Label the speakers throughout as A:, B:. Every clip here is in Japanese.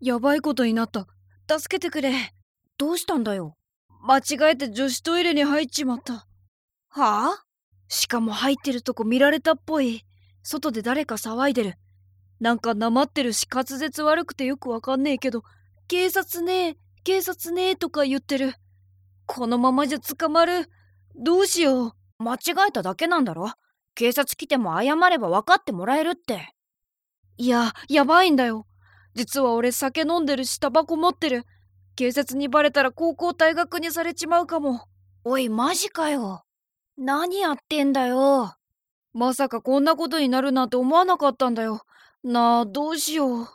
A: やばいことになった。助けてくれ。
B: どうしたんだよ。
A: 間違えて女子トイレに入っちまった。
B: はあ
A: しかも入ってるとこ見られたっぽい。外で誰か騒いでる。なんかなまってるし滑舌悪くてよくわかんねえけど、警察ねえ、警察ねえとか言ってる。このままじゃ捕まる。どうしよう。
B: 間違えただけなんだろ警察来ても謝れば分かってもらえるって。
A: いや、やばいんだよ。実は俺酒飲んでるしタバコ持ってる。警察にバレたら高校退学にされちまうかも。
B: おい、マジかよ。何やってんだよ。
A: まさかこんなことになるなんて思わなかったんだよ。なあ、どうしよう。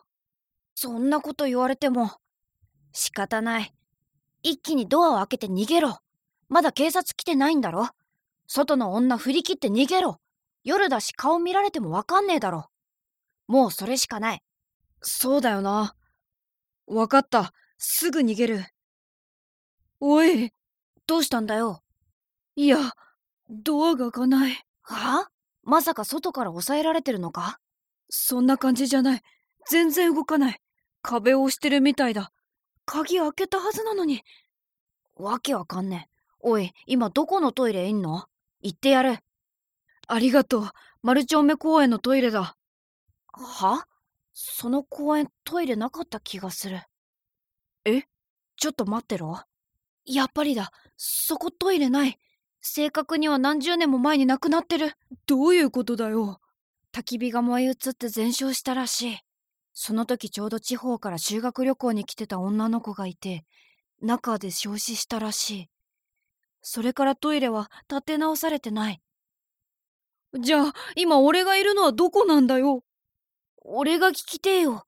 B: そんなこと言われても。仕方ない。一気にドアを開けて逃げろ。まだ警察来てないんだろ。外の女振り切って逃げろ。夜だし顔見られても分かんねえだろ。もうそれしかない。
A: そうだよな。わかった。すぐ逃げる。おい、
B: どうしたんだよ。
A: いや、ドアが開かない。
B: はあまさか外から抑えられてるのか
A: そんな感じじゃない。全然動かない。壁を押してるみたいだ。鍵開けたはずなのに。
B: わけわかんねえ。おい、今どこのトイレいんの行ってやる。
A: ありがとう。丸丁目公園のトイレだ。
B: はその公園トイレなかった気がする。
A: え
B: ちょっと待ってろ。やっぱりだ。そこトイレない。正確には何十年も前になくなってる。
A: どういうことだよ。
B: 焚き火が燃え移って全焼したらしい。その時ちょうど地方から修学旅行に来てた女の子がいて、中で焼死したらしい。それからトイレは立て直されてない。
A: じゃあ、今俺がいるのはどこなんだよ。
B: 俺が聞きてえよ。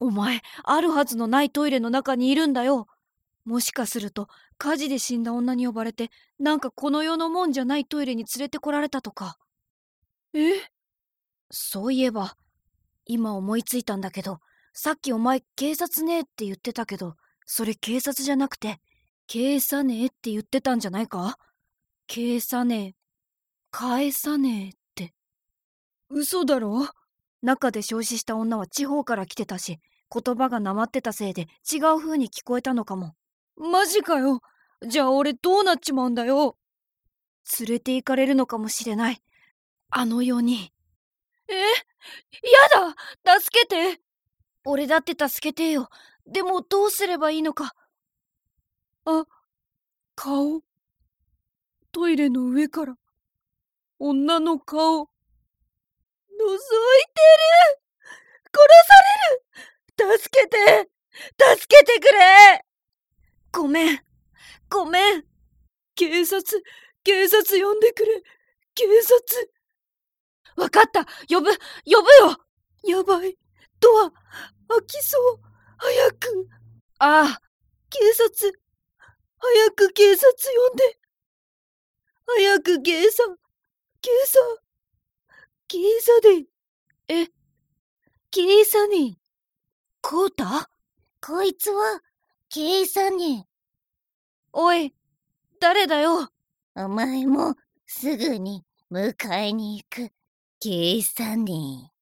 B: お前、あるはずのないトイレの中にいるんだよ。
A: もしかすると、火事で死んだ女に呼ばれて、なんかこの世のもんじゃないトイレに連れてこられたとか。え
B: そういえば、今思いついたんだけど、さっきお前警察ねえって言ってたけど、それ警察じゃなくて、警察ねえって言ってたんじゃないか警察ねえ、返さねえって。
A: 嘘だろ
B: 中で焼死した女は地方から来てたし、言葉がなまってたせいで違う風に聞こえたのかも。
A: マジかよ。じゃあ俺どうなっちまうんだよ。
B: 連れて行かれるのかもしれない。あの世に。
A: やだ助けて
B: 俺だって助けてよ。でもどうすればいいのか。
A: 顔。トイレの上から。女の顔。覗いてる殺される助けて助けてくれ
B: ごめん。ごめん。
A: 警察、警察呼んでくれ。警察。
B: わかった。呼ぶ、呼ぶよ。
A: やばい。ドア、開きそう。早く、
B: ああ、
A: 警察。早く警察呼んで。早く警察。警察。警察で。え、警察に。
B: こうた
C: こいつは、ケイサね。
A: おい、誰だよ。
C: お前も、すぐに、迎えに行く。ケイサね。